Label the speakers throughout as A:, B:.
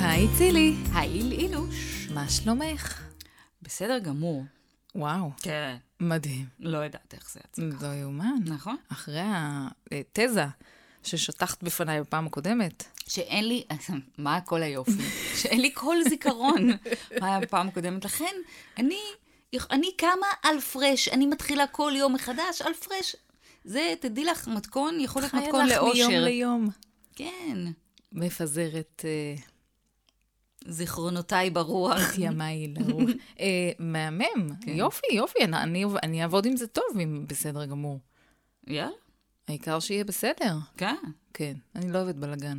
A: היי צילי,
B: העיל אילוש.
A: מה שלומך?
B: בסדר גמור.
A: וואו,
B: כן.
A: מדהים.
B: לא יודעת איך זה יצא.
A: לא יאומן.
B: נכון.
A: אחרי התזה ששטחת בפניי בפעם הקודמת.
B: שאין לי, מה כל היופי? שאין לי כל זיכרון מה היה בפעם הקודמת. לכן, אני, אני קמה על פרש, אני מתחילה כל יום מחדש על פרש. זה, תדעי לך, מתכון, יכול להיות מתכון
A: לך מיום
B: לאושר.
A: ליום.
B: כן.
A: מפזרת אה,
B: זיכרונותיי ברוח.
A: את ימיי לרוח. אה, מהמם,
B: כן.
A: יופי, יופי, אני- אני- אני אעבוד עם זה טוב, אם בסדר גמור.
B: יאללה,
A: העיקר שיהיה בסדר.
B: כן.
A: כן, אני לא אוהבת בלאגן.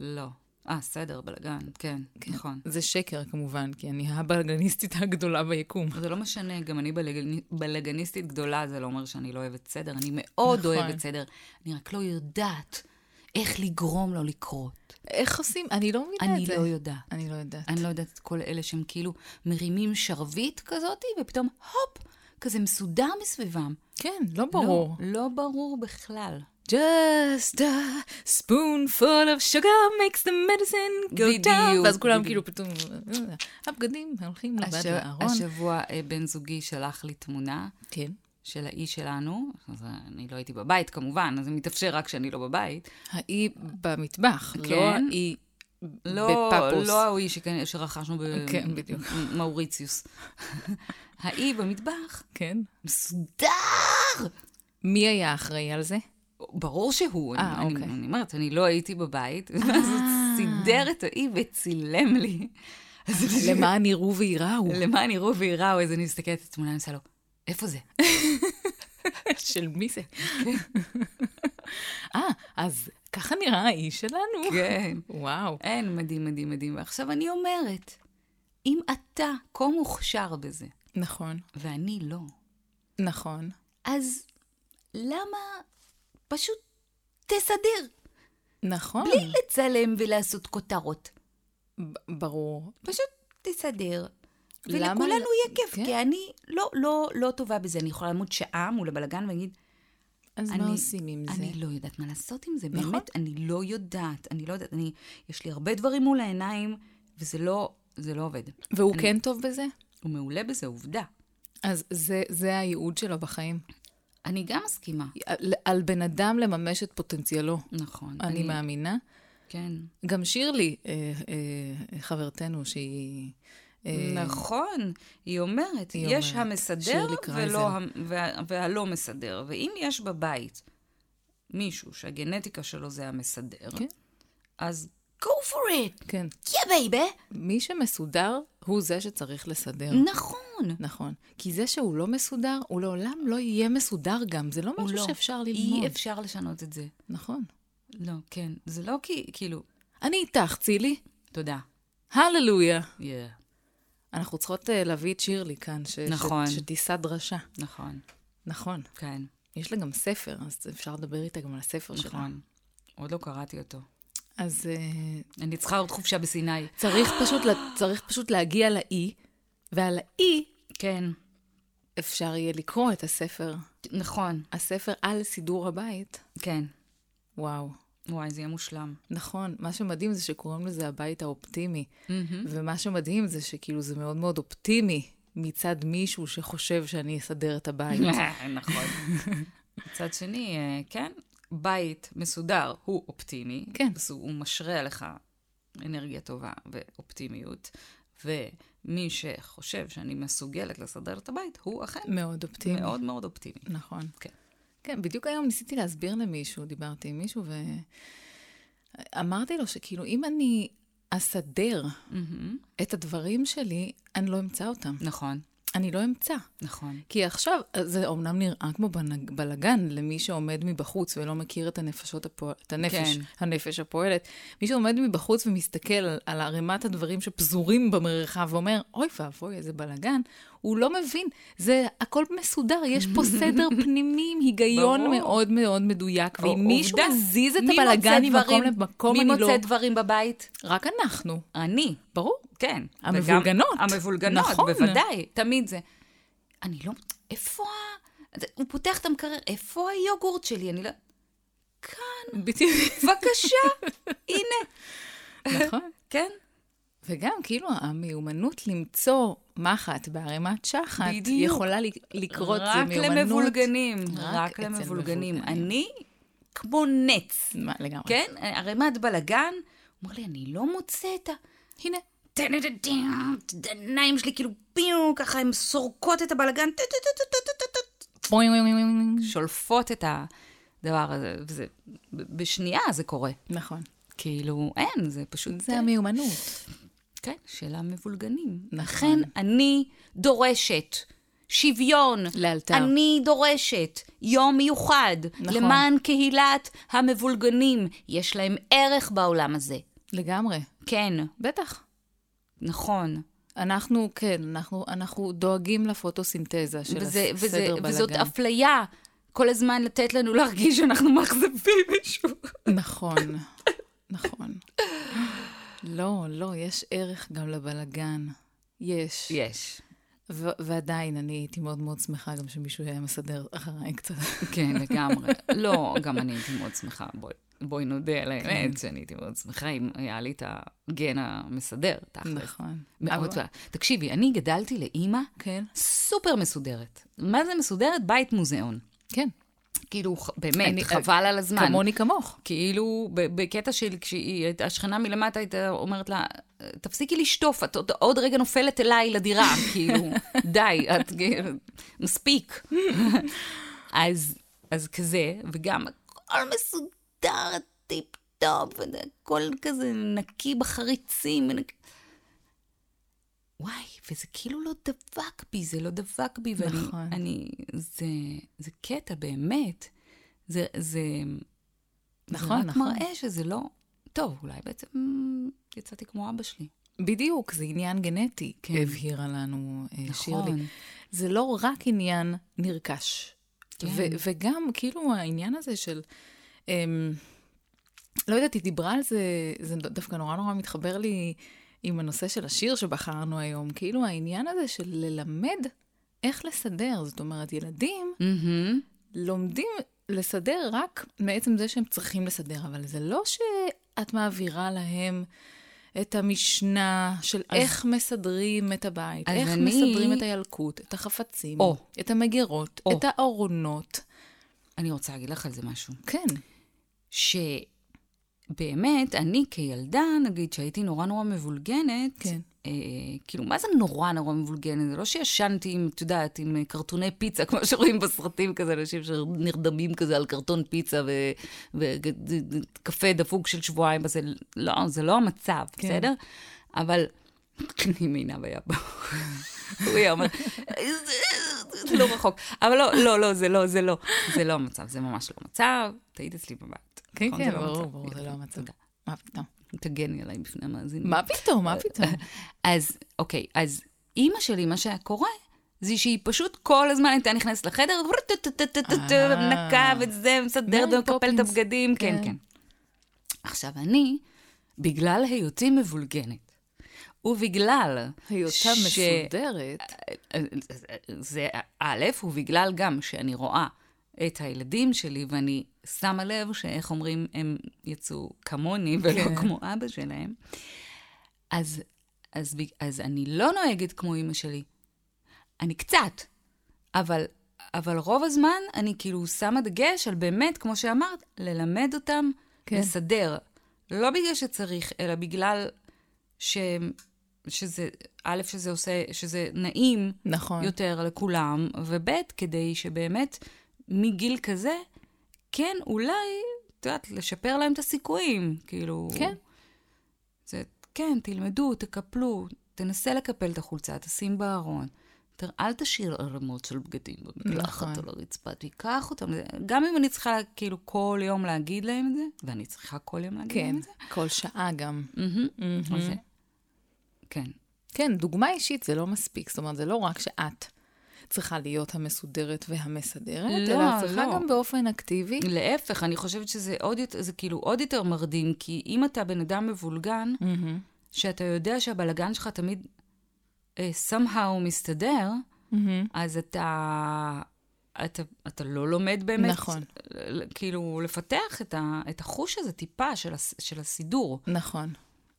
B: לא. אה, סדר, בלאגן, כן, נכון.
A: זה שקר כמובן, כי אני הבלאגניסטית הגדולה ביקום.
B: זה לא משנה, גם אני בלגני- בלגניסטית גדולה, זה לא אומר שאני לא אוהבת סדר, אני מאוד
A: נכון.
B: אוהבת סדר, אני רק לא יודעת איך לגרום לו לקרות.
A: איך עושים? אני לא מבינה
B: אני
A: את זה.
B: לא יודעת.
A: אני לא יודעת.
B: אני לא יודעת את כל אלה שהם כאילו מרימים שרביט כזאתי, ופתאום הופ, כזה מסודר מסביבם.
A: כן, לא ברור.
B: לא, לא ברור בכלל.
A: Just a spoonful of sugar makes the medicine go down.
B: בדיוק,
A: ואז כולם
B: בדיוק.
A: כאילו פתאום, אה, הבגדים הולכים לבד
B: הש-
A: לארון.
B: השבוע אה, בן זוגי שלח לי תמונה
A: כן.
B: של האיש שלנו, אז אני לא הייתי בבית כמובן, אז זה מתאפשר רק כשאני לא בבית.
A: האי במטבח, לא
B: כן.
A: האי
B: לא,
A: בפפוס.
B: לא ההוא שכן- שרכשנו
A: כן, בדיוק.
B: במאוריציוס. האי במטבח,
A: כן.
B: מסודר!
A: מי היה אחראי על זה?
B: ברור שהוא,
A: אה,
B: אני,
A: אוקיי. אה.
B: אני, אני אומרת, אני לא הייתי בבית, ואז הוא סידר את האי וצילם לי. אז אני-
A: למען יראו וייראו
B: למען יראו וייראו, אז אני מסתכלת על התמונה, אני עושה לו, איפה זה?
A: של מי זה? כן. אה, אז ככה נראה האי שלנו.
B: כן.
A: וואו.
B: אין, מדהים, מדהים, מדהים. ועכשיו אני אומרת, אם אתה כה מוכשר בזה,
A: נכון,
B: ואני לא,
A: נכון.
B: אז למה פשוט תסדר?
A: נכון.
B: בלי לצלם ולעשות כותרות.
A: ב- ברור.
B: פשוט תסדר.
A: למה
B: ולכולנו
A: לא-
B: יהיה כיף,
A: כן.
B: כי אני לא, לא, לא טובה בזה. אני יכולה לעמוד שעה מול הבלגן ולהגיד,
A: אז מה
B: אני-
A: עושים עם זה?
B: אני לא יודעת מה לעשות עם זה,
A: נכון.
B: באמת, אני לא יודעת. אני לא יודעת, אני, יש לי הרבה דברים מול העיניים, וזה לא, זה לא עובד.
A: והוא כן טוב בזה?
B: הוא מעולה בזה, עובדה.
A: אז זה, זה הייעוד שלו בחיים.
B: אני גם מסכימה.
A: על, על בן אדם לממש את פוטנציאלו,
B: נכון.
A: אני, מאמינה.
B: כן.
A: גם שירלי, אה, אה, חברתנו, שהיא... אה,
B: נכון, היא אומרת,
A: היא
B: יש
A: אומרת,
B: המסדר
A: שירלי קרייזן.
B: ולא, המ- וה- והלא מסדר. ואם יש בבית מישהו שהגנטיקה שלו זה המסדר,
A: כן.
B: אז go for it,
A: כן.
B: yeah baby.
A: מי שמסודר הוא זה שצריך לסדר.
B: נכון.
A: נכון. כי זה שהוא לא מסודר, הוא לעולם לא יהיה מסודר גם. זה לא
B: הוא
A: משהו
B: לא.
A: שאפשר ללמוד.
B: אי אפשר לשנות את זה.
A: נכון.
B: לא, כן. זה לא כי, כאילו,
A: אני איתך, צילי.
B: תודה.
A: הללויה.
B: Yeah.
A: אנחנו צריכות אה, להביא את שירלי כאן, ש-
B: נכון.
A: ש- שתישא דרשה.
B: נכון,
A: נכון.
B: כן,
A: יש לה גם ספר, אז אפשר לדבר איתה גם על הספר שלה.
B: נכון. עוד לא קראתי אותו.
A: אז אה,
B: אני צריכה עוד חופשה בסיני.
A: צריך פשוט, ל- צריך פשוט להגיע לאי, ועל האי
B: כן,
A: אפשר יהיה לקרוא את הספר,
B: נכון,
A: הספר על סידור הבית.
B: כן.
A: וואו.
B: וואי, זה יהיה מושלם.
A: נכון, מה שמדהים זה שקוראים לזה הבית האופטימי, ומה שמדהים זה שכאילו זה מאוד מאוד אופטימי מצד מישהו שחושב שאני אסדר את הבית.
B: נכון. מצד שני, אה, כן, בית מסודר הוא אופטימי.
A: כן.
B: אז הוא הוא משרה לך אנרגיה טובה ואופטימיות, ומי שחושב שאני מסוגלת לסדר את הבית, הוא אכן
A: מאוד אופטימי.
B: מאוד מאוד אופטימי.
A: נכון.
B: כן.
A: כן, בדיוק היום ניסיתי להסביר למישהו, דיברתי עם מישהו, ואמרתי לו שכאילו, אם אני אסדר
B: מהמם.
A: את הדברים שלי, אני לא אמצא אותם.
B: נכון,
A: אני לא אמצא.
B: נכון.
A: כי עכשיו, זה אומנם נראה כמו בנג- בלגן למי שעומד מבחוץ ולא מכיר את, הנפשות הפועל, את הנפש,
B: כן.
A: הנפש הפועלת. מי שעומד מבחוץ ומסתכל על, על ערימת הדברים שפזורים במרחב ואומר, אוי ואבוי, איזה בלגן, הוא לא מבין. זה הכל מסודר, יש פה סדר פנימי עם היגיון
B: ברור.
A: מאוד מאוד מדויק.
B: או-
A: ואם מישהו
B: עובדה.
A: מזיז את
B: מי
A: הבלגן
B: מוצא
A: ממקום
B: דברים-
A: למקום,
B: מי
A: אני לא...
B: מוצא דברים בבית?
A: רק אנחנו,
B: אני.
A: ברור.
B: כן.
A: המבולגנות.
B: וגם המבולגנות,
A: נכון.
B: נכון. בוודאי, תמיד זה. אני לא... איפה ה... זה- הוא פותח את המקרר, איפה היוגורט שלי? אני לא... כאן,
A: בדיוק.
B: בבקשה, הנה.
A: נכון.
B: כן?
A: וגם, כאילו, המיומנות למצוא מחט בערימת שחת,
B: בדיוק.
A: יכולה ל- לקרות, זה
B: רק
A: מיומנות...
B: למבולגנים.
A: רק
B: רק
A: אצל
B: למבולגנים.
A: מבולגנים.
B: אני כמו נץ,
A: מה, לגמרי.
B: כן? ערימת בלאגן. הוא אומר לי, אני לא מוצא את ה...
A: הנה.
B: טה-דה-דה-דה, את העיניים שלי כאילו פיו, ככה הן סורקות את הבלגן, טה-טה-טה-טה-טה-טה.
A: אוי, אוי, אוי, אוי, אוי.
B: שולפות את הדבר הזה, וזה, ב- בשנייה זה קורה.
A: נכון.
B: כאילו, אין, זה פשוט...
A: זה המיומנות.
B: כן, שאלה מבולגנים.
A: נכון.
B: לכן אני דורשת שוויון.
A: לאלתר.
B: אני דורשת יום מיוחד
A: נכון.
B: למען קהילת המבולגנים. יש להם ערך בעולם הזה.
A: לגמרי.
B: כן,
A: בטח.
B: נכון.
A: אנחנו, כן, אנחנו, אנחנו דואגים לפוטוסינתזה של
B: וזה,
A: הסדר
B: וזה,
A: בלאגן.
B: וזאת אפליה כל הזמן לתת לנו להרגיש שאנחנו מאכזבים מישהו.
A: נכון, נכון. לא, לא, יש ערך גם לבלגן. יש.
B: יש.
A: ו- ועדיין, אני הייתי מאוד מאוד שמחה גם שמישהו היה מסדר אחריי קצת.
B: כן, לגמרי. לא, גם אני הייתי מאוד שמחה. בואי, בואי נודה על
A: כן.
B: האמת שאני הייתי מאוד שמחה אם היה לי את הגן המסדר, תכל'ס.
A: נכון.
B: מאוד
A: אבל-
B: טובה. תקשיבי, אני גדלתי לאימא
A: כן.
B: סופר מסודרת. מה זה מסודרת? בית מוזיאון.
A: כן.
B: כאילו, ח- באמת,
A: אני-
B: חבל על הזמן.
A: כמוני כמוך.
B: כאילו, ב- בקטע של כשהיא, הייתה- השכנה מלמטה הייתה אומרת לה, תפסיקי לשטוף, את עוד, עוד רגע נופלת אליי לדירה, כאילו, די, את מספיק. אז, אז כזה, וגם הכל מסודר, טיפ-טופ, וזה הכל כזה נקי בחריצים. ונק... וואי, וזה כאילו לא דבק בי, זה לא דבק בי, ואני,
A: נכון.
B: אני, זה, זה קטע באמת. זה, זה,
A: נכון,
B: זה רק
A: נכון.
B: מראה שזה לא... טוב, אולי בעצם מ, יצאתי כמו אבא שלי.
A: בדיוק, זה עניין גנטי,
B: כן.
A: הבהירה לנו אה, שירלי.
B: שירלי.
A: זה לא רק עניין נרכש.
B: כן.
A: ו- וגם, כאילו, העניין הזה של... אמ, לא יודעת, היא דיברה על זה, זה דווקא נורא נורא מתחבר לי עם הנושא של השיר שבחרנו היום. כאילו, העניין הזה של ללמד איך לסדר. זאת אומרת, ילדים
B: מהמם.
A: לומדים לסדר רק מעצם זה שהם צריכים לסדר, אבל זה לא שאת מעבירה להם את המשנה של אז,
B: אז-
A: איך מסדרים את הבית,
B: אז
A: איך
B: אני-
A: מסדרים את הילקוט, את החפצים,
B: או.
A: את המגירות,
B: או.
A: את הארונות.
B: אני רוצה להגיד לך על זה משהו.
A: כן,
B: שבאמת, אני כילדה, נגיד, שהייתי נורא נורא מבולגנת,
A: כן.
B: אה, כאילו, מה זה נורא נורא מבולגנת? זה לא שישנתי עם, את יודעת, עם אה, קרטוני פיצה, כמו שרואים בסרטים כזה, אנשים שנרדמים כזה על קרטון פיצה וקפה דפוק של שבועיים, אז זה לא, זה לא המצב,
A: כן.
B: בסדר? אבל... אני מעינב היה בא. הוא היה אומר, זה לא רחוק. אבל לא, לא, לא, זה לא, זה לא. זה לא המצב, זה ממש לא המצב. תהיית אצלי בבית.
A: כן,
B: נכון?
A: כן,
B: זה לא
A: ברור,
B: המצב.
A: ברור, זה לא המצב.
B: תודה.
A: מה פתאום?
B: תגני עליי בפני המאזינים.
A: מה פתאום,
B: אה,
A: מה פתאום?
B: אז, אוקיי, אז אימא שלי, מה שהיה קורה, זה שהיא פשוט כל הזמן הייתה נכנסת לחדר,
A: אה.
B: נקה וזה, מסדרת
A: מרי
B: ומקפלת את
A: פופינס.
B: הבגדים, כן,
A: כן.
B: כן. עכשיו, אני, בגלל היותי מבולגנת, ובגלל
A: היותה
B: ש-
A: מסודרת.
B: זה א', ובגלל גם שאני רואה את הילדים שלי, ואני שמה לב שאיך אומרים, הם יצאו כמוני ולא
A: כן.
B: כמו אבא שלהם, אז, אז, בג- אז אני לא נוהגת כמו אימא שלי. אני קצת, אבל, אבל רוב הזמן אני כאילו שמה דגש על באמת, כמו שאמרת, ללמד אותם
A: כן.
B: כן. לסדר. לא בגלל שצריך, אלא בגלל ש, שזה, א', שזה עושה, שזה נעים,
A: נכון.
B: יותר לכולם, וב' כדי שבאמת מגיל כזה, כן, אולי, את יודעת, לשפר להם את הסיכויים. כאילו...
A: כן.
B: זה, כן, תלמדו, תקפלו, תנסה לקפל את החולצה, תשים בארון. ת- אל תשאיר ערמות של בגדים במקלחת
A: נכון.
B: על הרצפה, תיקח אותם. גם אם אני צריכה כאילו כל יום להגיד להם את זה, ואני צריכה כל יום להגיד
A: כן,
B: להם את זה.
A: כל שעה גם.
B: מהמם,
A: מהמם.
B: אז זה- כן.
A: כן, דוגמה אישית זה לא מספיק. זאת אומרת, זה לא רק שאת צריכה להיות המסודרת והמסדרת,
B: לא,
A: אלא צריכה
B: לא.
A: גם באופן אקטיבי.
B: להפך, אני חושבת שזה עוד יותר, זה כאילו עוד יותר מרדים, כי אם אתה בן אדם מבולגן,
A: מהמם.
B: שאתה יודע שהבלגן שלך תמיד אה, somehow מסתדר,
A: מהמם.
B: אז אתה, אתה, אתה לא לומד באמת,
A: נכון.
B: אה, כאילו, לפתח את, ה, את החוש הזה טיפה של, הס, של הסידור.
A: נכון,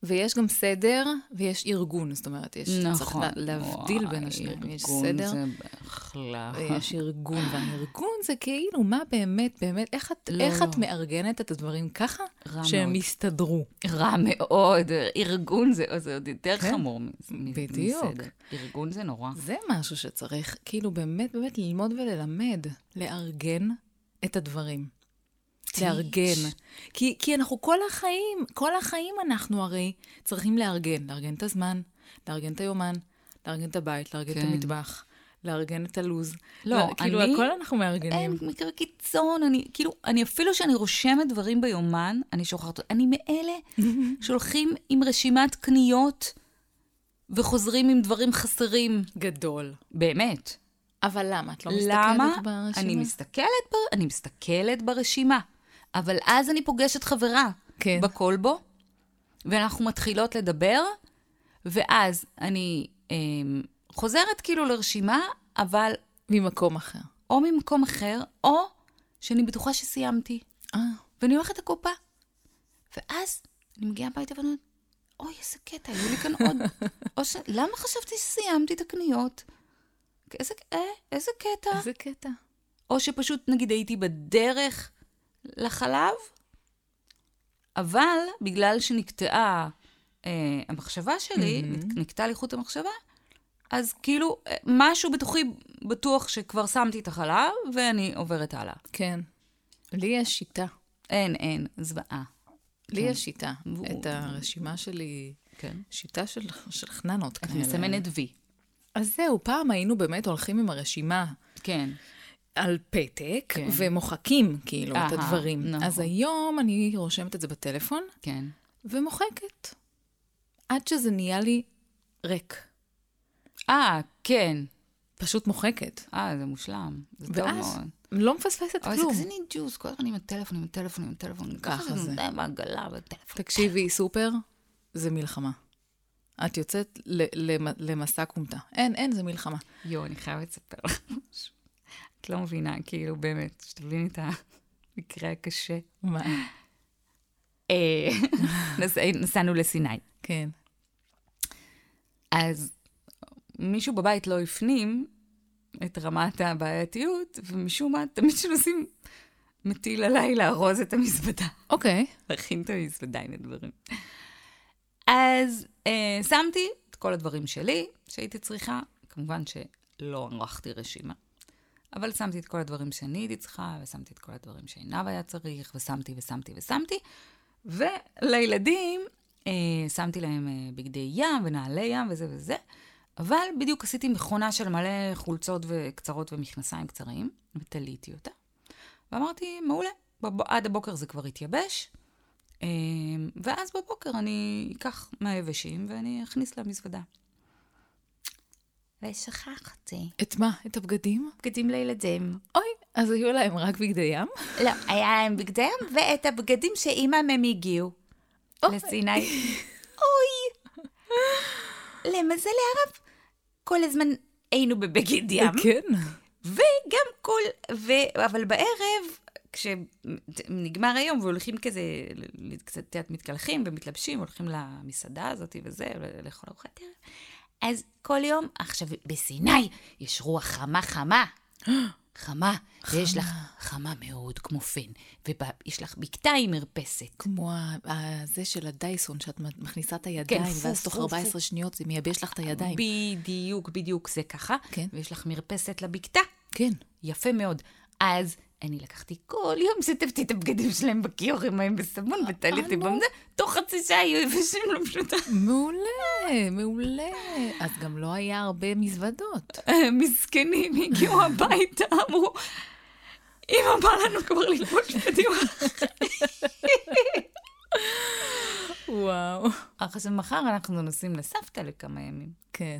A: ויש גם סדר, ויש ארגון, זאת אומרת, יש, צריך
B: נכון.
A: לה, להבדיל בין
B: וואי,
A: השניים. יש
B: ארגון
A: סדר, אה,
B: זה בהחלט.
A: ויש ארגון, והארגון זה כאילו, מה באמת, באמת, איך את,
B: לא,
A: איך
B: לא.
A: את מארגנת את הדברים ככה,
B: רע
A: שהם
B: מאוד.
A: יסתדרו.
B: רע מאוד, ארגון זה, זה עוד יותר
A: כן,
B: חמור מ- מ-
A: בדיוק.
B: מסדר. ארגון זה נורא.
A: זה משהו שצריך, כאילו, באמת, באמת ללמוד וללמד, לארגן את הדברים. לארגן. כי, כי אנחנו כל החיים, כל החיים אנחנו הרי צריכים לארגן. לארגן את הזמן, לארגן את היומן, לארגן את הבית, לארגן את
B: כן.
A: המטבח, לארגן את הלו"ז.
B: לא,
A: כאילו,
B: אני-
A: הכל אנחנו מארגנים.
B: אין מקרה קיצון, אני כאילו, אני אפילו שאני רושמת דברים ביומן, אני שוכחת, אני מאלה שהולכים עם רשימת קניות וחוזרים עם דברים חסרים.
A: גדול.
B: באמת.
A: אבל למה? את לא מסתכלת
B: למה?
A: ברשימה?
B: אני מסתכלת, בר... אני מסתכלת ברשימה, אבל אז אני פוגשת חברה
A: כן.
B: בקולבו, ואנחנו מתחילות לדבר, ואז אני אה, חוזרת כאילו לרשימה, אבל
A: ממקום אחר.
B: או ממקום אחר, או שאני בטוחה שסיימתי,
A: אה,
B: ואני הולכת לקופה. ואז אני מגיעה הביתה ואני אומרת, אוי, איזה קטע, היו לי כאן עוד... או ש... למה חשבתי שסיימתי את הקניות? איזה, אה, איזה קטע.
A: איזה קטע.
B: או שפשוט נגיד הייתי בדרך לחלב, אבל בגלל שנקטעה אה, המחשבה שלי, mm-hmm. נקטע לי חוט המחשבה, אז כאילו אה, משהו בתוכי בטוח שכבר שמתי את החלב ואני עוברת הלאה.
A: כן. לי יש שיטה.
B: אין, אין, זוועה.
A: לי יש שיטה.
B: כן. ו-
A: את הרשימה שלי,
B: כן.
A: שיטה של, של חננות
B: את
A: כאלה.
B: מסמנת וי.
A: אז זהו, פעם היינו באמת הולכים עם הרשימה
B: כן.
A: על פתק,
B: כן.
A: ומוחקים כאילו את
B: אהה,
A: הדברים.
B: נכון.
A: אז היום אני רושמת את זה בטלפון,
B: כן.
A: ומוחקת. עד שזה נהיה לי ריק.
B: אה, כן.
A: פשוט מוחקת.
B: אה, זה מושלם. זה טוב
A: ואז
B: מאוד.
A: לא מפספסת
B: אבל זה
A: כלום.
B: כזה ניג'וס, כל הזמן עם הטלפון, עם הטלפון, עם הטלפון.
A: ככה
B: ככה
A: זה.
B: זה נותן בעגלה, בטלפון.
A: תקשיבי, סופר, זה מלחמה. את יוצאת ל- למ- למסע כומתה. אין, אין, זה מלחמה.
B: יואו, אני חייבת לספר לך משהו. את לא מבינה, כאילו, באמת, שתביני את המקרה הקשה.
A: מה?
B: אה, נס- נסענו לסיני.
A: כן.
B: אז מישהו בבית לא הפנים את רמת הבעייתיות, ומשום מה, תמיד כשנוסעים, מטיל עליי לארוז את המזוודה,
A: אוקיי.
B: להכין את המזוודה עם הדברים. אז אה, שמתי את כל הדברים שלי שהייתי צריכה, כמובן שלא ערכתי רשימה. אבל שמתי את כל הדברים שאני הייתי צריכה, ושמתי את כל הדברים שעינב היה צריך, ושמתי ושמתי ושמתי. ולילדים, אה, שמתי להם אה, בגדי ים ונעלי ים וזה וזה, אבל בדיוק עשיתי מכונה של מלא חולצות וקצרות ומכנסיים קצרים, ותליתי אותה. ואמרתי, מעולה, בב... עד הבוקר זה כבר יתייבש, אה, ואז בבוקר אני אקח מהיבשים ואני אכניס למזוודה. ושכחתי.
A: את מה? את הבגדים?
B: בגדים לילדים.
A: אוי, אז היו להם רק בגדי ים?
B: לא, היה להם בגדי ים ואת הבגדים שאימם הם הגיעו. לסיני. אוי! למזל הרב, כל הזמן היינו בבגד ים.
A: כן.
B: וגם כל... ו... אבל בערב, כשנגמר היום והולכים כזה, ל- ל- קצת, את יודעת, מתקלחים ומתלבשים, הולכים למסעדה הזאת וזה, ול- לאכול ארוחת ערב, אז כל יום, עכשיו, בסיני יש רוח חמה חמה. חמה, ויש לך חמה מאוד כמו פן, ויש לך בקתה עם מרפסת.
A: כמו ה- ה- זה של הדייסון, שאת מכניסה את הידיים,
B: פו,
A: ואז תוך
B: פו,
A: 14
B: פו.
A: שניות זה מייבש לך את הידיים.
B: בדיוק, בדיוק זה ככה,
A: כן.
B: ויש לך מרפסת לבקתה.
A: כן.
B: יפה מאוד. אז אני לקחתי כל יום, שטפתי את הבגדים שלהם בכיור עם מים בסבון, וטליתי
A: נו.
B: במזה, תוך חצי שעה היו יבשים לא פשוטה.
A: מעולה, מעולה. אז גם לא היה הרבה מזוודות.
B: מסכנים, הגיעו הביתה, אמרו, אמא בא לנו כבר ללבוש בדיוק.
A: וואו.
B: עכשיו מחר אנחנו נוסעים לסבתא לכמה ימים.
A: כן.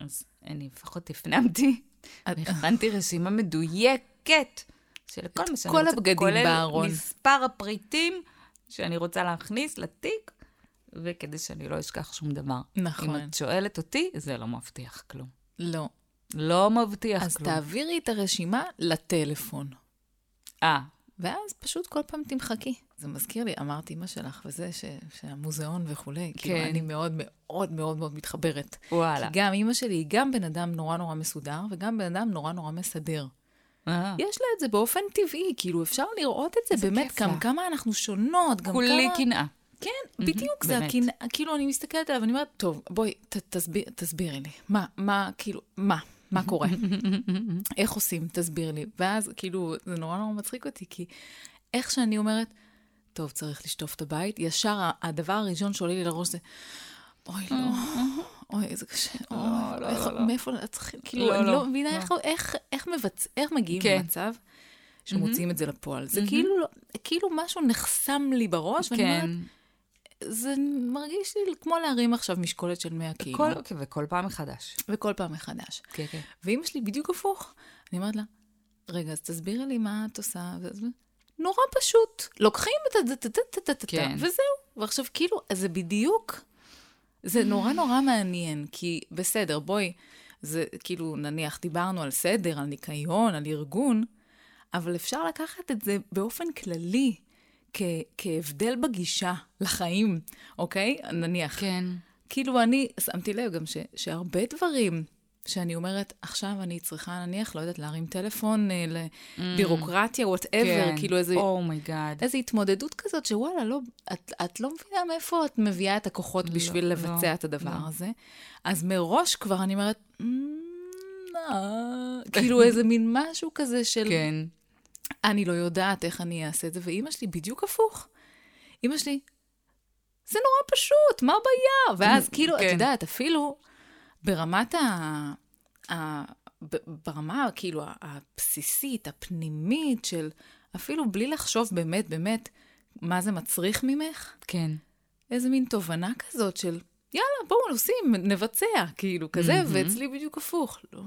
B: אז אני לפחות הפנמתי,
A: את-
B: הכנתי רשימה מדויקת של כל מה שאני
A: כל
B: רוצה,
A: הבגדים
B: כולל
A: בארון.
B: מספר הפריטים שאני רוצה להכניס לתיק, וכדי שאני לא אשכח שום דבר.
A: נכון.
B: אם את שואלת אותי, זה לא מבטיח כלום.
A: לא.
B: לא מבטיח
A: אז
B: כלום.
A: תעבירי את הרשימה לטלפון.
B: אה,
A: ואז פשוט כל פעם תמחקי. זה מזכיר לי, אמרת אימא שלך, וזה ש, שהמוזיאון וכולי, כן. כאילו
B: כן.
A: אני מאוד מאוד מאוד מאוד מתחברת.
B: וואלה.
A: כי גם אימא שלי היא גם בן אדם נורא נורא מסודר, וגם בן אדם נורא נורא מסדר.
B: אה.
A: יש לה את זה באופן טבעי, כאילו אפשר לראות את זה,
B: איזה
A: באמת,
B: כיף
A: גם
B: לה.
A: כמה אנחנו שונות, גם
B: כולי
A: כמה...
B: קנאה.
A: כן, בדיוק, זה
B: באמת.
A: הקנאה, כאילו אני מסתכלת עליו, אני אומרת, טוב, בואי, ת, תסביר, תסבירי לי, מה, מה, כאילו, מה, מה קורה? איך עושים? תסביר לי. ואז, כאילו, זה נורא נורא מצחיק אותי, כי איך שאני אומרת, טוב, צריך לשטוף את הבית, ישר ה- הדבר הראשון שעולה לי לראש זה, אוי, לא, אוי, איזה קשה, אוי,
B: לא,
A: איך-
B: לא, לא.
A: מאיפה, צריך- כאילו,
B: לא,
A: אני
B: לא,
A: לא מבינה
B: לא.
A: איך- איך- איך מבצ- איך מגיעים
B: כן.
A: למצב שמוציאים את זה לפועל. זה כאילו לא- כאילו משהו נחסם לי בראש, ואני אומרת,
B: כן.
A: זה מרגיש לי כמו להרים עכשיו משקולת של 100 קילו,
B: כל- אוקיי, וכל פעם מחדש.
A: וכל פעם מחדש.
B: כן, כן.
A: ואימא שלי בדיוק הפוך. אני אומרת לה, רגע, אז תסבירי לי מה את עושה. ואז- נורא פשוט. לוקחים את הטה-טה-טה-טה-טה,
B: כן.
A: וזהו. ועכשיו, כאילו, אז זה בדיוק, זה נורא נורא מעניין, כי בסדר, בואי, זה כאילו, נניח, דיברנו על סדר, על ניקיון, על ארגון, אבל אפשר לקחת את זה באופן כללי, כ- כהבדל בגישה לחיים, אוקיי? נניח,
B: כן.
A: כאילו אני שמתי לב גם ש, שהרבה דברים שאני אומרת, עכשיו אני צריכה נניח, לא יודעת, להרים טלפון אה, לבירוקרטיה, וואטאבר,
B: Mm. כן.
A: כאילו איזה,
B: אומייגאד.
A: איזה התמודדות כזאת, שוואלה, לא, את, את לא מבינה מאיפה את מביאה את הכוחות לא, בשביל
B: לא,
A: לבצע את הדבר
B: לא.
A: הזה. אז מראש כבר אני אומרת, "מ, אה", כאילו איזה מין משהו כזה של,
B: כן.
A: אני לא יודעת איך אני אעשה את זה, ואימא שלי בדיוק הפוך. אימא שלי, זה נורא פשוט, מה הבעיה? ואז כאילו, את
B: כן.
A: יודעת, אפילו ברמת ה... ה... ב- ברמה כאילו הבסיסית, הפנימית של אפילו בלי לחשוב באמת באמת מה זה מצריך ממך,
B: כן.
A: איזה מין תובנה כזאת של יאללה, בואו עושים, נבצע, כאילו כזה,
B: מהמם.
A: ואצלי בדיוק הפוך. לא,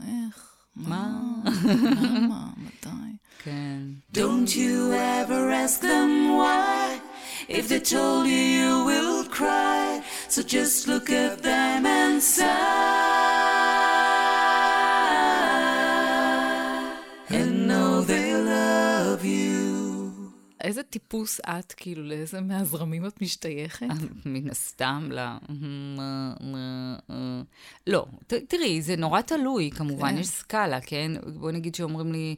A: איך, מה,
B: מה?
A: למה, מתי.
B: כן.
C: Don't you ever ask them why. If they told you, you will cry. So just look at them and sigh. And know they love you.
A: איזה טיפוס את, כאילו, לאיזה מהזרמים את משתייכת?
B: מן הסתם, ל... מ- מ- מ- לא, ת- תראי, זה נורא תלוי, כמובן,
A: כן.
B: יש סקאלה, כן? בואי נגיד שאומרים לי,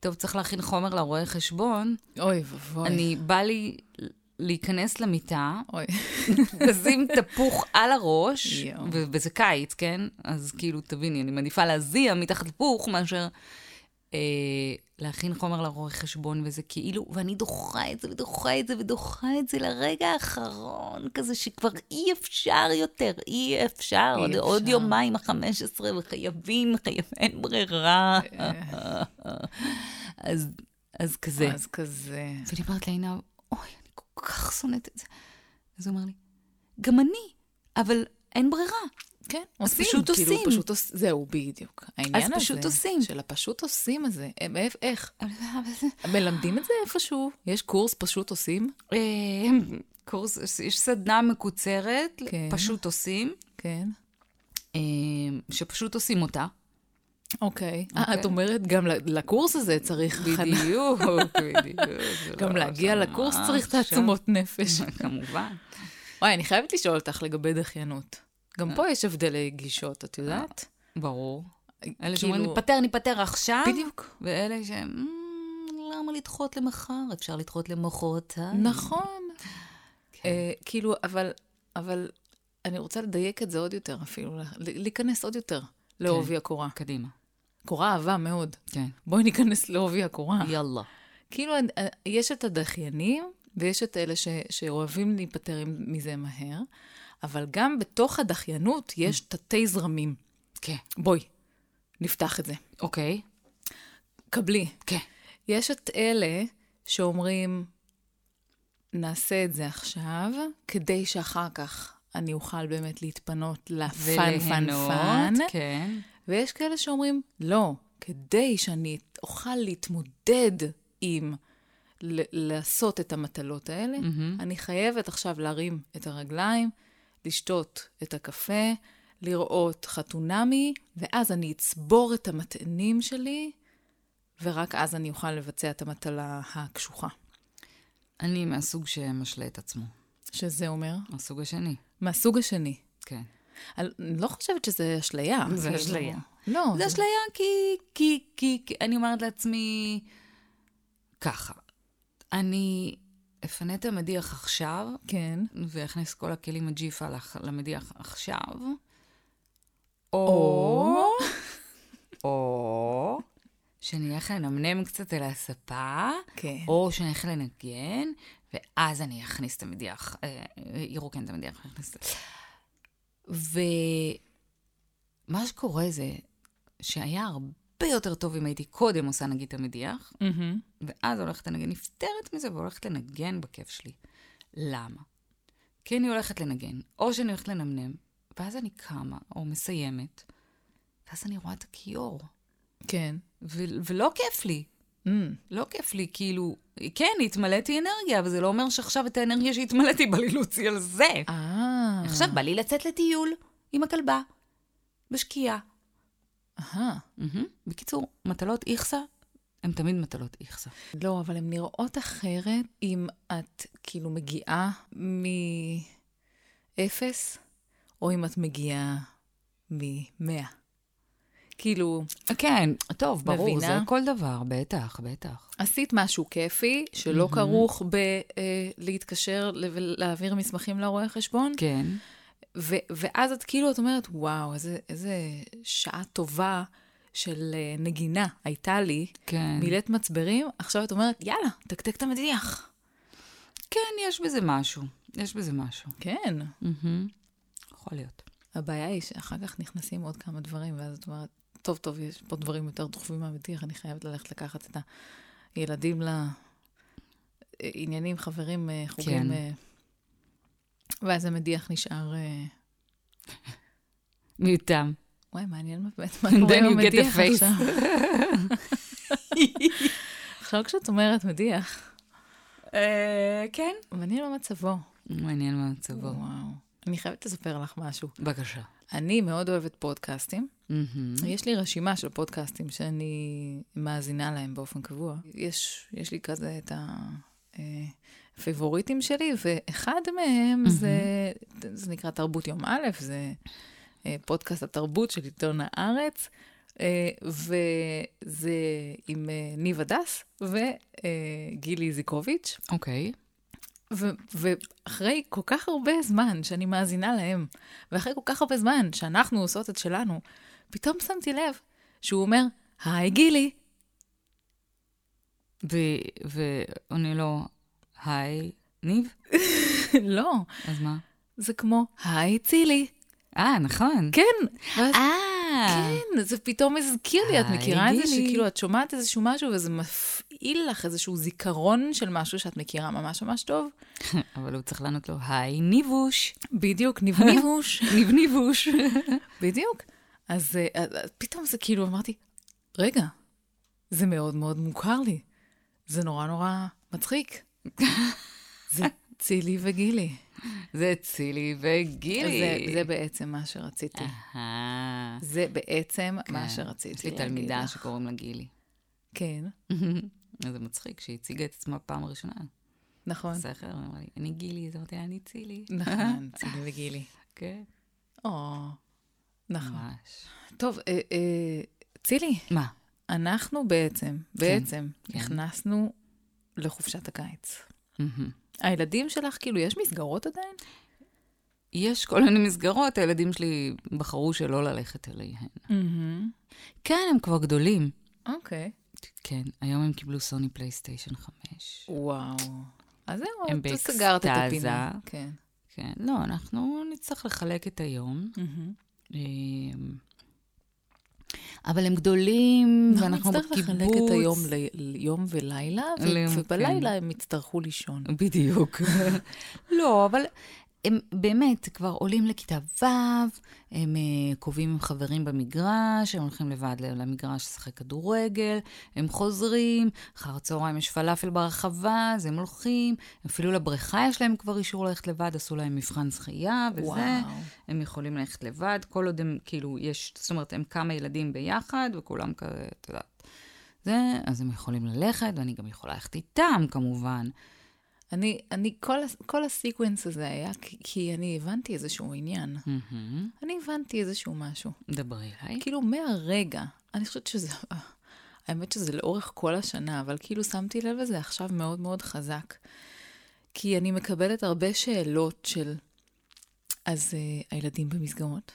B: טוב, צריך להכין חומר לרואה חשבון,
A: אוי ואבוי.
B: אה. אני, בא לי להיכנס למיטה,
A: אוי.
B: לשים תפוח על הראש,
A: יואו.
B: ו- וזה קיץ, כן? אז כאילו, תביני, אני מעדיפה להזיע מתחת לפוך מאשר אה, להכין חומר לרואה חשבון, וזה כאילו, ואני דוחה את זה ודוחה את זה ודוחה את זה לרגע האחרון, כזה שכבר אי אפשר יותר, אי אפשר,
A: אי
B: עוד,
A: אפשר.
B: עוד יומיים החמש עשרה, וחייבים, חייב, אין ברירה.
A: אה.
B: אז, אז כזה.
A: אז כזה.
B: ואני אומרת לעינב, אוי, אני כל כך שונאת את זה. אז הוא אומר לי, גם אני, אבל אין ברירה.
A: כן,
B: אז
A: עושים.
B: פשוט
A: כאילו,
B: עושים.
A: פשוט עושים. זהו, בדיוק. העניין הזה.
B: פשוט עושים.
A: של הפשוט עושים הזה. הם- איך- איך?
B: אבל זה- אבל זה-
A: מלמדים את זה איפשהו? יש קורס פשוט עושים?
B: אה, קורס, יש סדנה מקוצרת,
A: כן.
B: פשוט עושים,
A: כן.
B: אה, שפשוט עושים אותה.
A: אוקיי.
B: אוקיי.
A: אה, את אומרת, גם ל- לקורס הזה צריך הכנה.
B: בדיוק, בדיוק. זה
A: גם
B: לא
A: להגיע
B: שם
A: לקורס צריך
B: משהו.
A: תעצומות נפש.
B: כמובן.
A: וואי, אני חייבת לשאול אותך לגבי דחיינות.
B: אה.
A: גם פה יש הבדלי גישות, את יודעת?
B: ברור. אה. אלה
A: כאילו-
B: שאומרים, ניפטר, ניפטר עכשיו.
A: בדיוק.
B: ואלה שהם, "מ, למה לדחות למחר? אפשר לדחות למחרתיים.
A: נכון. אה, כאילו, אבל, אבל אני רוצה לדייק את זה עוד יותר אפילו, ל- להיכנס עוד יותר לעובי הקורה.
B: קדימה.
A: קורה אהבה מאוד.
B: כן.
A: בואי ניכנס לעובי הקורה.
B: יאללה.
A: כאילו, אני- אה, יש את הדחיינים, ויש את אלה ש, שאוהבים להיפטר עם- מזה מהר, אבל גם בתוך הדחיינות יש תתי זרמים.
B: כן.
A: בואי, נפתח את זה.
B: אוקיי.
A: קבלי.
B: כן.
A: יש את אלה שאומרים, נעשה את זה עכשיו, כדי שאחר כך אני אוכל באמת להתפנות לפאן, פאן, פאן.
B: וליהנות, כן.
A: ויש כאלה שאומרים, לא, כדי שאני אוכל להתמודד עם ל- לעשות את המטלות האלה, mm-hmm. אני חייבת עכשיו להרים את הרגליים, לשתות את הקפה, לראות חתונמי, ואז אני אצבור את המטענים שלי, ורק אז אני אוכל לבצע את המטלה הקשוחה.
B: אני מהסוג שמשלה את עצמו.
A: שזה אומר?
B: הסוג השני,
A: מהסוג השני.
B: כן.
A: אני לא חושבת שזה אשליה.
B: זה אשליה.
A: לא.
B: זה אשליה כי, כי, כי, כי אני אומרת לעצמי, ככה, אני אפנה את המדיח עכשיו,
A: כן.
B: ואכניס כל הכלים הג'יפה לח- למדיח עכשיו,
A: או...
B: או, או, שאני אלך לנמנם קצת על הספה,
A: כן.
B: או שאני אלך לנגן, ואז אני אכניס את המדיח, אה, אה, ירוקן את המדיח, אכניס את זה. ומה שקורה זה שהיה הרבה יותר טוב אם הייתי קודם עושה נגיד את המדיח,
A: מהמם.
B: ואז הולכת לנגן, נפטרת מזה והולכת לנגן בכיף שלי. למה? כי אני הולכת לנגן, או שאני הולכת לנמנם, ואז אני קמה, או מסיימת, ואז אני רואה את הכיור,
A: כן.
B: ו- ולא כיף לי.
A: אמ,
B: לא כיף לי, כאילו, כן, התמלאתי אנרגיה, אבל זה לא אומר שעכשיו את האנרגיה שהתמלאתי בא לי להוציא על זה.
A: אה...
B: עכשיו בא לי לצאת לטיול עם הכלבה, בשקיעה.
A: אהה.
B: מהמם. בקיצור, מטלות איכסה הן תמיד מטלות איכסה.
A: לא, אבל הן נראות אחרת אם את כאילו מגיעה מאפס, או אם את מגיעה ממאה. כאילו,
B: כן, טוב, ברור,
A: מבינה?
B: זה כל דבר, בטח, בטח.
A: עשית משהו כיפי, שלא mm-hmm. כרוך בלהתקשר אה, ולהעביר מסמכים לרואה חשבון,
B: כן.
A: ו- ואז את כאילו, את אומרת, וואו, איזה, איזה שעה טובה של אה, נגינה הייתה לי,
B: כן.
A: מילאת מצברים, עכשיו את אומרת, יאללה, תקתק את המדיח.
B: כן, יש בזה משהו. יש בזה משהו.
A: כן.
B: מהמם. יכול להיות.
A: הבעיה היא שאחר כך נכנסים עוד כמה דברים, ואז את אומרת, טוב, טוב, יש פה דברים יותר דחופים מהמדיח, אני חייבת ללכת לקחת את הילדים לעניינים, חברים, אה, חוגים.
B: כן.
A: כן. ואז המדיח נשאר... אה,
B: מיותם.
A: וואי, מעניין מה- באמת מה קורה עם
B: Then you get a
A: המדיח
B: face.
A: עכשיו. עכשיו כשאת אומרת מדיח,
B: כן.
A: מעניין מה מצבו.
B: מעניין מה מצבו.
A: וואו. אני חייבת לספר לך משהו.
B: בבקשה.
A: אני מאוד אוהבת פודקאסטים.
B: מהמם.
A: יש לי רשימה של פודקאסטים שאני מאזינה להם באופן קבוע. יש, יש לי כזה את הפייבוריטים שלי, ואחד מהם זה, זה נקרא תרבות יום א', זה אה, פודקאסט התרבות של עיתון הארץ, אה, וזה עם אה, ניב הדס אה, וגילי איזיקוביץ'.
B: אוקיי.
A: ו- ואחרי כל כך הרבה זמן שאני מאזינה להם, ואחרי כל כך הרבה זמן שאנחנו עושות את שלנו, פתאום שמתי לב שהוא אומר, היי גילי,
B: ועונה לו, לא, היי, ניב?
A: לא,
B: אז מה?
A: זה כמו, היי צילי.
B: אה, נכון.
A: כן, ואז,
B: אה.
A: כן, זה פתאום הזכיר לי, את
B: היי,
A: מכירה את זה
B: גילי.
A: שכאילו את שומעת איזשהו משהו וזה מפעיל לך איזשהו זיכרון של משהו שאת מכירה ממש ממש טוב?
B: כן. אבל הוא צריך לענות לו, היי, ניבוש.
A: בדיוק, ניבניבוש.
B: ניב ניבוש.
A: בדיוק. אז אה, אה, אה, פתאום זה כאילו, אמרתי, רגע, זה מאוד מאוד מוכר לי. זה נורא נורא מצחיק. זה צילי וגילי.
B: זה צילי וגילי.
A: זה, זה בעצם מה שרציתי.
B: אהה.
A: זה בעצם מה
B: אה. כן.
A: שרציתי
B: יש לי
A: להגיד
B: תלמידה
A: לך.
B: שקוראים לה גילי.
A: כן,
B: אז זה מצחיק שהיא הציגה את עצמה פעם ראשונה.
A: נכון.
B: סכר, היא אמרה לי, אני גילי, אז אמרתי לה, אני צילי.
A: נכון, צילי וגילי.
B: כן,
A: או, נכון.
B: ממש.
A: טוב, אה, אה, צילי,
B: מה?
A: אנחנו בעצם, בעצם,
B: כן.
A: נכנסנו לחופשת הקיץ. הילדים שלך, כאילו, יש מסגרות עדיין?
B: יש כל מיני מסגרות, הילדים שלי בחרו שלא ללכת אליהן. כן, הם כבר גדולים.
A: אוקיי.
B: כן, היום הם קיבלו סוני פלייסטיישן 5.
A: וואו. אז זהו,
B: הם
A: אתה סגרת את
B: באקסטזה.
A: הפינה. כן.
B: כן, לא, אנחנו נצטרך לחלק את היום. אמ, אבל הם גדולים, ואנחנו
A: אנחנו
B: בקיבוץ.
A: נצטרך לחלק את היום ל- ליום ולילה, ו-
B: ליום,
A: ובלילה
B: כן.
A: הם יצטרכו לישון.
B: בדיוק. לא, אבל הם באמת כבר עולים לכיתה ו', הם אה, קובעים עם חברים במגרש, הם הולכים לבד ל- למגרש לשחק כדורגל, הם חוזרים, אחר הצהריים יש פלאפל ברחבה, אז הם הולכים, אפילו לבריכה יש להם כבר אישור ללכת לבד, עשו להם מבחן זכייה וזה.
A: וואו.
B: הם יכולים ללכת לבד, כל עוד הם, כאילו, יש, זאת אומרת, הם כמה ילדים ביחד, וכולם כזה, את יודעת, זה, אז הם יכולים ללכת, ואני גם יכולה ללכת איתם, כמובן.
A: אני, אני, כל, הס- כל הסקווינס הזה היה כי, כי אני הבנתי איזשהו עניין.
B: מהמם.
A: אני הבנתי איזשהו משהו.
B: דברי אליי.
A: כאילו, מהרגע, אני חושבת שזה... האמת שזה לאורך כל השנה, אבל כאילו שמתי לב לזה עכשיו מאוד מאוד חזק. כי אני מקבלת הרבה שאלות של, אז uh, הילדים במסגרות?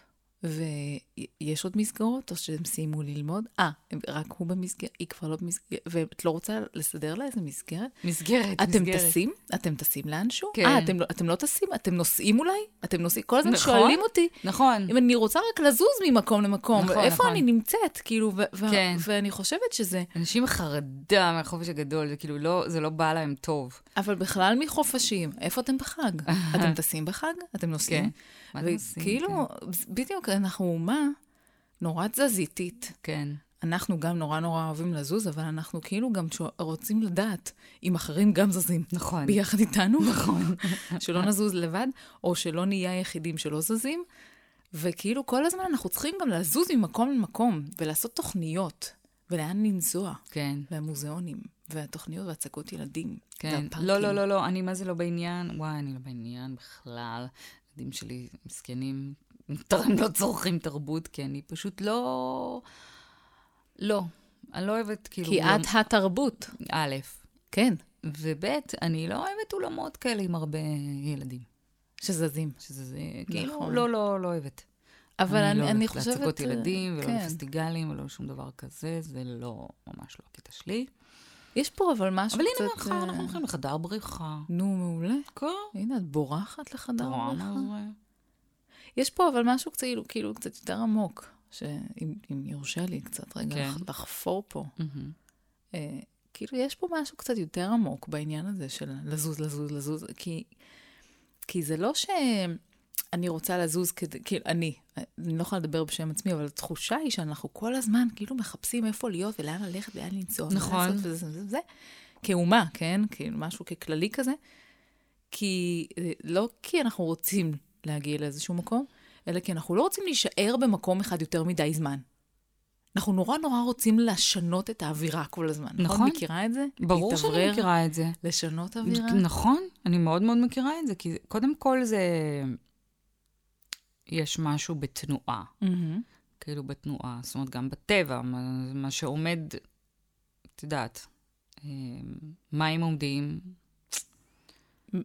A: ויש עוד מסגרות? או שהם סיימו ללמוד? אה, הם- רק הוא במסגרת, היא כבר לא במסגרת, ואת לא רוצה לסדר לה איזה מסגרת?
B: כן, מסגרת,
A: אתם
B: מסגרת.
A: טסים? אתם טסים לאנשהו?
B: כן.
A: אה, אתם, לא- אתם לא טסים? אתם נוסעים אולי? אתם נוסעים? כל הזמן
B: נכון.
A: שואלים אותי.
B: נכון.
A: אם אני רוצה רק לזוז ממקום למקום,
B: נכון,
A: איפה
B: נכון.
A: אני נמצאת? כאילו, ו- ו-
B: כן.
A: ואני חושבת שזה...
B: אנשים בחרדה מהחופש הגדול, זה כאילו לא, זה לא בא להם טוב.
A: אבל בכלל מחופשים, איפה אתם בחג? אתם טסים בחג? אתם נוסעים?
B: כן. מה אתם עושים?
A: וכאילו, בדיוק, אנחנו אומה נורא תזזיתית.
B: כן.
A: אנחנו גם נורא נורא אוהבים לזוז, אבל אנחנו כאילו גם שו- רוצים לדעת אם אחרים גם זזים.
B: נכון.
A: ביחד איתנו. נכון. שלא נזוז לבד, או שלא נהיה היחידים שלא זזים. וכאילו כל הזמן אנחנו צריכים גם לזוז ממקום למקום, ולעשות תוכניות, ולאן לנסוע,
B: כן.
A: והמוזיאונים, והתוכניות והצגות ילדים,
B: כן.
A: והפארקים.
B: לא, לא, לא, לא, אני מה זה לא בעניין? וואי, אני לא בעניין בכלל. הילדים שלי מסכנים, הם לא צורכים תרבות, כי אני פשוט לא... לא. אני לא אוהבת, כאילו...
A: כי
B: אולם-
A: את התרבות.
B: א',
A: כן,
B: וב', אני לא אוהבת אולמות כאלה עם הרבה ילדים.
A: שזזים.
B: שזה זה, כאילו,
A: נכון.
B: לא, לא, לא אוהבת.
A: אבל אני, אני,
B: לא
A: אני
B: הולכת
A: חושבת...
B: להצגות ילדים, ולא
A: כן.
B: לפסטיגלים, ולא לשום דבר כזה, זה לא, ממש לא הקטע שלי.
A: יש פה אבל משהו
B: אבל הנה,
A: קצת...
B: מחר אנחנו
A: אה,
B: הולכים לחדר בריחה.
A: נו, מעולה.
B: כן.
A: הנה, את בורחת לחדר
B: נורא
A: בריחה.
B: מזוהה.
A: יש פה אבל משהו קצת, כאילו, כאילו קצת יותר עמוק, שאם אם יורשה לי קצת רגע
B: כן.
A: כן. לחפור פה.
B: מהמם.
A: אה, כאילו, יש פה משהו קצת יותר עמוק בעניין הזה של לזוז, לזוז, לזוז, כי, כי זה לא שאני רוצה לזוז כדי, כאילו, אני, אני לא יכולה לדבר בשם עצמי, אבל התחושה היא שאנחנו כל הזמן כאילו מחפשים איפה להיות ולאן ללכת, לאן לנסוע, ולעשות
B: נכון.
A: וזה, זה, זה, זה, כאומה, כן? כאילו, משהו ככללי כזה. כי, אה, לא כי אנחנו רוצים להגיע לאיזשהו מקום, אלא כי אנחנו לא רוצים להישאר במקום אחד יותר מדי זמן. אנחנו נורא נורא רוצים לשנות את האווירה כל הזמן.
B: נכון.
A: נכון. את מכירה את זה?
B: ברור שאני
A: להתאוורר,
B: מכירה את זה.
A: לשנות אווירה.
B: נכון, אני מאוד מאוד מכירה את זה, כי קודם כל זה... יש משהו בתנועה,
A: מהמם.
B: כאילו בתנועה, זאת אומרת, גם בטבע, מה, מה שעומד, את יודעת, אה, מים עומדים,
A: אה,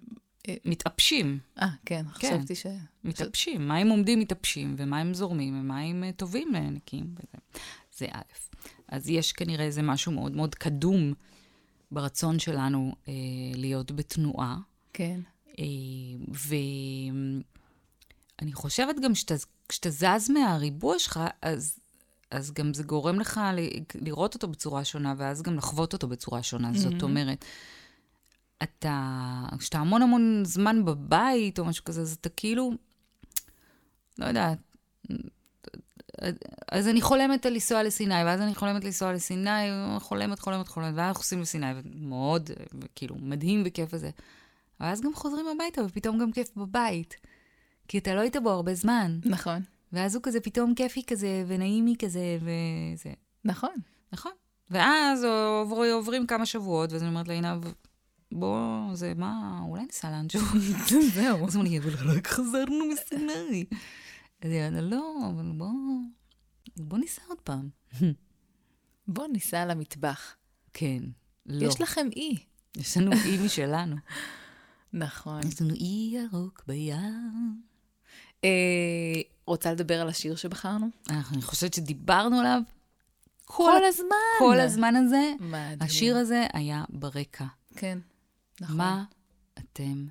B: מתאפשים,
A: אה, כן,
B: כן.
A: חשבתי ש...
B: מתאפשים, מים עומדים מתאפשים, ומים זורמים, ומים אה, טובים אה, נקיים, וזה זה א'. אז יש כנראה איזה משהו מאוד מאוד קדום ברצון שלנו אה, להיות בתנועה. אה,
A: כן.
B: ואני חושבת גם שאתה- כשאתה זז מהריבוע שלך, אז, אז גם זה גורם לך ל- לראות אותו בצורה שונה, ואז גם לחוות אותו בצורה שונה. זאת אומרת, אתה, כשאתה המון המון זמן בבית או משהו כזה, אז אתה כאילו, לא יודעת. אז אני חולמת על לנסוע לסיני, ואז אני חולמת לנסוע לסיני, חולמת, חולמת, חולמת, ואז אנחנו עושים לסיני, ומאוד, כאילו, מדהים וכיף וזה. אבל אז גם חוזרים הביתה, ופתאום גם כיף בבית. כי אתה לא היית בו הרבה זמן,
A: נכון.
B: ואז הוא כזה פתאום כיפי כזה, ונעימי כזה, וזה.
A: נכון.
B: נכון. ואז עובר, עוברים כמה שבועות, ואז אני אומרת לעינב, בוא, זה מה, אולי ניסע לאנג'ו.
A: זהו.
B: אז הוא אומר לי, אבל רק חזרנו מסיני. אז היא אומרת, לא, אבל בוא, בוא ניסע עוד פעם.
A: בוא ניסע למטבח.
B: כן, לא.
A: יש לכם אי.
B: יש לנו אי משלנו.
A: נכון.
B: יש לנו אי ירוק בים.
A: אה, רוצה לדבר על השיר שבחרנו?
B: אה, אני חושבת שדיברנו עליו
A: כל הזמן.
B: כל הזמן הזה.
A: מדהים.
B: השיר הזה היה ברקע.
A: כן. נכון.
B: מה אתם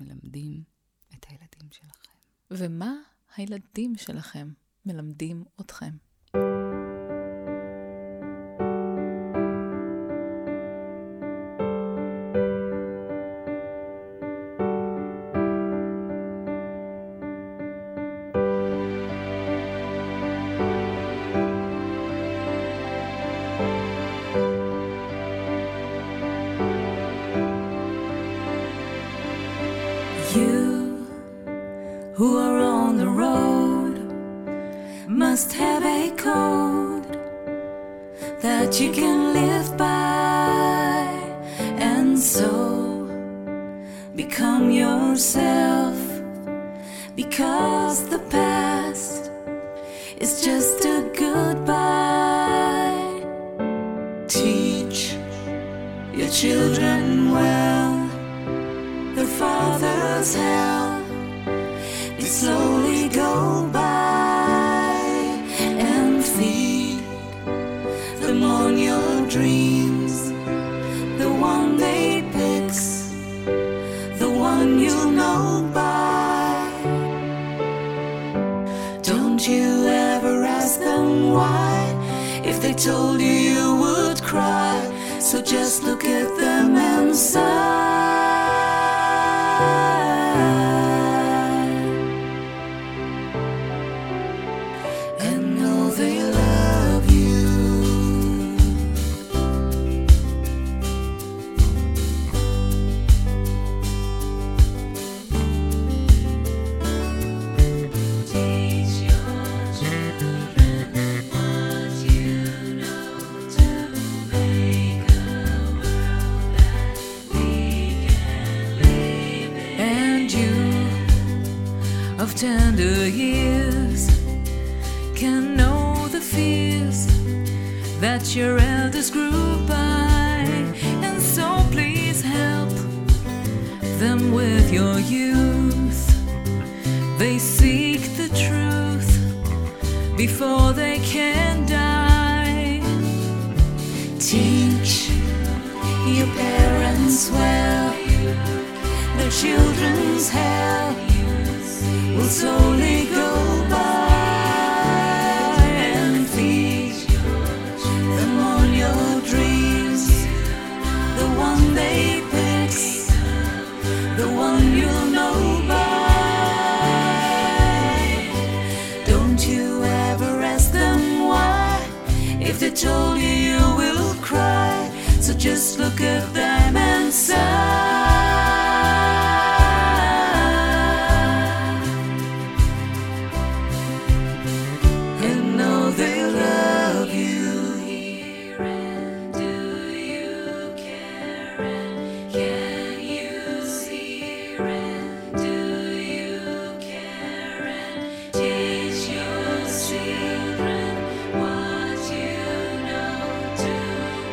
B: מלמדים את הילדים שלכם?
A: ומה הילדים שלכם מלמדים אתכם?
C: You who are on the road must have a code that that you can live by, and so become yourself. Because the past is just a goodbye. Teach your children well, their father's hell. They slowly go by and feed them on your dreams. The one they picks, the one you'll know by. Don't you ever ask them why? If they told you, you would cry. So just look at them and sigh. And know they love you. Teach your children what you know to make a world that we can live in. And you, of tender years, can know the fears that your elders grew by, and so please help them with your youth. They seek the truth before they can die. Teach your parents well, their children's hell will slowly go by and feed them on your dreams. The one they pick the one you'll know by. Don't you ever ask them why? If they told you, you will cry. So just look at them and sigh. And know they love you here and do you care and can you see and do you care and teach your children what you know to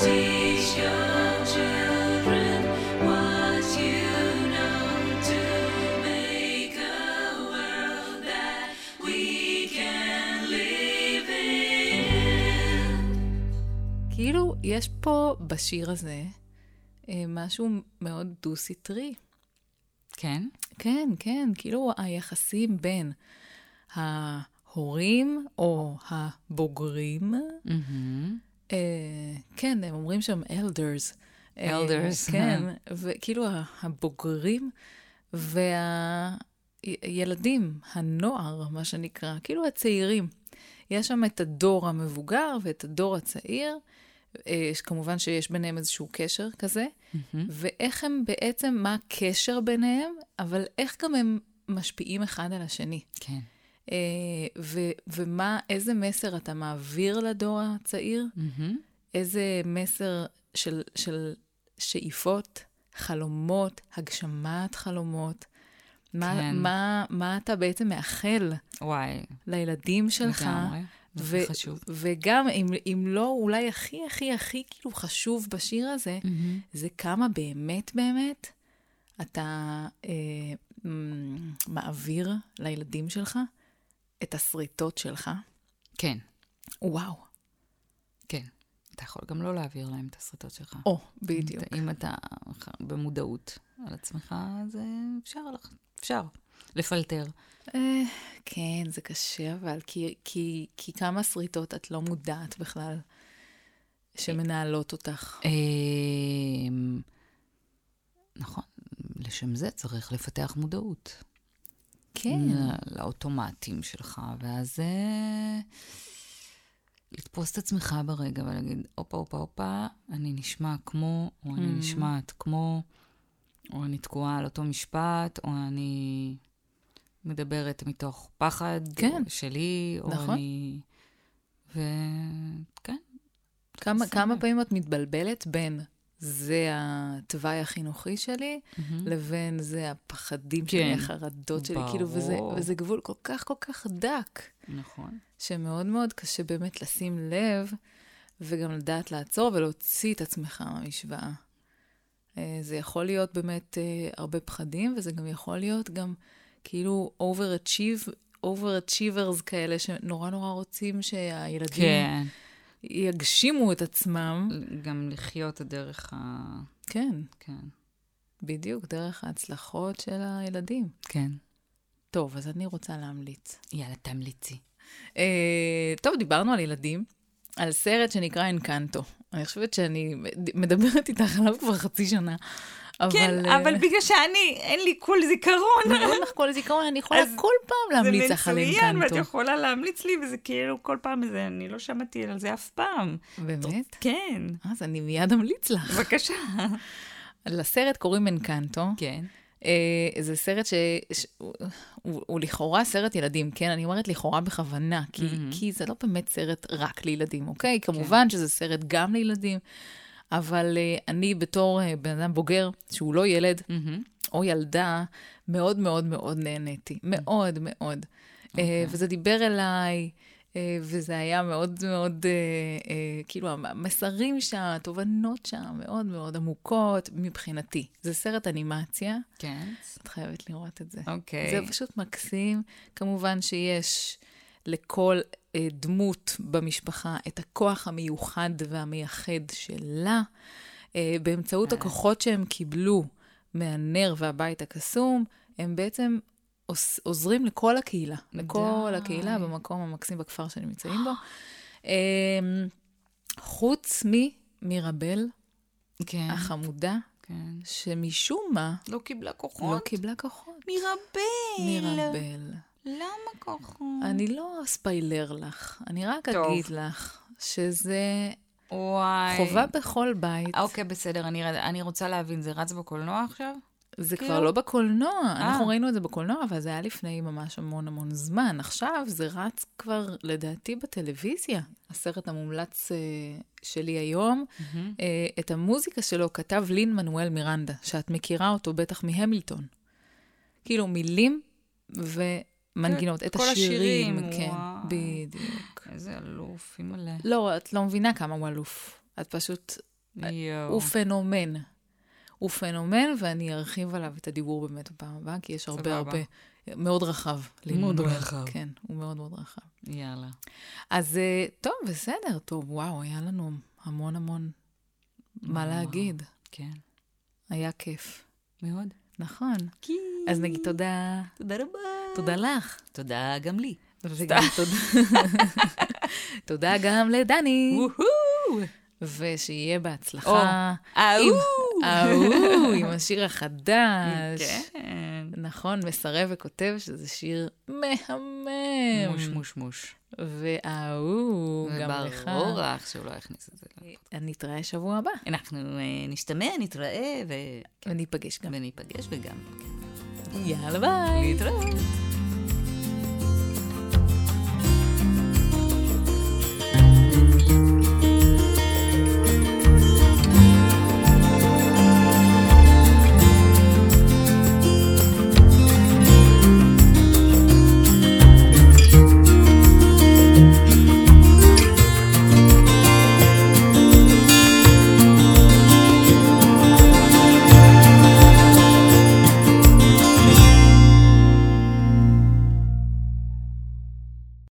C: teach your children what you know to make a world that we can live in.
A: כאילו, יש פה בשיר הזה אה, משהו מאוד דו-סטרי.
B: כן?
A: כן, כן, כאילו היחסים בין ההורים או הבוגרים, אה, כן, הם אומרים שם elders. אה,
B: Elders,
A: כן, וכאילו ה- הבוגרים והילדים, הנוער, מה שנקרא, כאילו הצעירים. יש שם את הדור המבוגר ואת הדור הצעיר, אה, כמובן שיש ביניהם איזשהו קשר כזה, ואיך הם בעצם, מה הקשר ביניהם, אבל איך גם הם משפיעים אחד על השני.
B: כן.
A: אה, ו- ומה, איזה מסר אתה מעביר לדור הצעיר? איזה מסר של, של שאיפות, חלומות, הגשמת חלומות? מה,
B: כן.
A: מה, מה אתה בעצם מאחל
B: וואי,
A: לילדים שלך?
B: לגמרי. זה
A: ו-
B: חשוב.
A: וגם, אם, אם לא, אולי הכי הכי הכי כאילו חשוב בשיר הזה, זה כמה באמת באמת אתה אה, מ- מעביר לילדים שלך את השריטות שלך.
B: כן,
A: וואו.
B: כן. אתה יכול גם לא להעביר להם את הסרטות שלך.
A: או, בדיוק.
B: אתה- אם אתה ח- במודעות על עצמך, אז אה, אפשר, לך- אפשר לפלטר.
A: אה, כן, זה קשה, אבל כי, כי, כי כמה שריטות את לא מודעת בכלל שמנהלות אותך.
B: אמ, נכון, לשם זה צריך לפתח מודעות.
A: כן.
B: ל- לאוטומטים שלך, ואז אה, לתפוס את עצמך ברגע ולהגיד, הופה, הופה, הופה, אני נשמע כמו, או אני נשמעת כמו, או אני תקועה על אותו משפט, או אני מדברת מתוך פחד
A: כן.
B: שלי, או כן.
A: נכון.
B: אני... וכן,
A: כמה, כמה פעמים את מתבלבלת בין זה התוואי החינוכי שלי, לבין זה הפחדים שלי,
B: Mm-hmm. כן.
A: החרדות שלי, כאילו, וזה,
B: ברור.
A: וזה גבול כל כך כל כך דק,
B: נכון.
A: שמאוד מאוד קשה באמת לשים לב, וגם לדעת לעצור ולהוציא את עצמך מהמשוואה. אה, זה יכול להיות באמת אה, הרבה פחדים, וזה גם יכול להיות גם כאילו overachieve, overachievers כאלה, שנורא נורא רוצים שהילדים...
B: כן.
A: יגשימו את עצמם.
B: גם לחיות דרך ה...
A: כן,
B: כן.
A: בדיוק, דרך ההצלחות של הילדים.
B: כן.
A: טוב, אז אני רוצה להמליץ.
B: יאללה, תמליצי.
A: אה, טוב, דיברנו על ילדים, על סרט שנקרא אנקנטו. אני חושבת שאני מדברת איתך עליו כבר חצי שנה. אבל, אה,
B: כן, בגלל שאני, אין לי כל זיכרון.
A: אין לך כל זיכרון, אני יכולה כל פעם להמליץ לך על אנקנטו.
B: יכולה להמליץ לי, וזה כאילו כל פעם איזה, אני לא שמעתי על זה אף פעם.
A: באמת?
B: כן.
A: אז אני מיד אמליץ לך.
B: בבקשה.
A: לסרט קוראים אנקנטו.
B: כן.
A: אה, זה סרט ש... ש... הוא, הוא, הוא לכאורה סרט ילדים, כן? אני אומרת לכאורה בכוונה, כי, mm-hmm. כי זה לא באמת סרט רק לילדים, אוקיי? כמובן שזה סרט גם לילדים, אבל אה, אני בתור אה, בן אדם בוגר, שהוא לא ילד או ילדה, מאוד מאוד מאוד נהניתי. מאוד מאוד. אה, וזה דיבר אליי. אה, וזה היה מאוד מאוד, אה, אה, כאילו, המסרים שם, התובנות שם, מאוד מאוד עמוקות מבחינתי. זה סרט אנימציה,
B: כן.
A: את חייבת לראות את זה.
B: אוקיי.
A: זה פשוט מקסים. כמובן שיש לכל אה, דמות במשפחה את הכוח המיוחד והמייחד שלה, אה, באמצעות הכוחות שהם קיבלו מהנר והבית הקסום, הם בעצם... עוש- עוזרים לכל הקהילה, לכל
B: די.
A: הקהילה במקום המקסים בכפר שנמצאים בו. אמ, חוץ ממירבל
B: כן.
A: אה. החמודה,
B: כן.
A: שמשום מה
B: לא קיבלה
A: לא
B: כוחות.
A: קיבלה כוחות.
B: מירבל.
A: לא. מירבל.
B: למה כוחות?
A: אני לא אספיילר לך, אני רק
B: טוב.
A: אגיד לך שזה
B: וואי.
A: חובה בכל בית.
B: אוקיי, בסדר, אני, אני רוצה להבין, זה רץ בקולנוע עכשיו?
A: זה כבר
B: כאילו-
A: לא בקולנוע, אנחנו ראינו את זה בקולנוע, אבל זה היה לפני ממש המון המון זמן. עכשיו זה רץ כבר, לדעתי, בטלוויזיה. הסרט המומלץ אה, שלי היום, אה, את המוזיקה שלו כתב לין מנואל מירנדה, שאת מכירה אותו בטח מהמילטון. כאילו, מילים ומנגינות.
B: כן,
A: את
B: כל
A: השירים,
B: השירים,
A: כן,
B: וואי.
A: בדיוק.
B: איזה אלוף, אימא'לה.
A: לא, את לא מבינה כמה הוא אלוף. את פשוט,
B: יואו.
A: הוא פנומן. הוא פנומן, ואני ארחיב עליו את הדיבור באמת בפעם הבאה, כי יש הרבה
B: סבבה.
A: הרבה, מאוד רחב.
B: מאוד
A: ללמוד.
B: רחב.
A: כן, הוא מאוד מאוד רחב.
B: יאללה.
A: אז אה, טוב, בסדר, טוב, וואו, היה לנו המון המון מה להגיד.
B: כן.
A: היה כיף.
B: מאוד.
A: נכון. אז נגיד תודה.
B: תודה רבה.
A: תודה לך.
B: תודה גם לי.
A: וגם תודה- תודה גם לדני,
B: וואו!
A: ושיהיה בהצלחה.
B: או, אהו!
A: ההוא, עם השיר החדש.
B: כן.
A: נכון, מסרב וכותב שזה שיר מהמם.
B: מוש מוש מוש.
A: וההוא, גם לך.
B: ברור לך שהוא לא יכניס את זה.
A: נתראה שבוע הבא,
B: אנחנו אה, נשתמע, נתראה ו... כן.
A: וניפגש גם.
B: וניפגש וגם.
A: יאללה, ביי.
B: להתראות.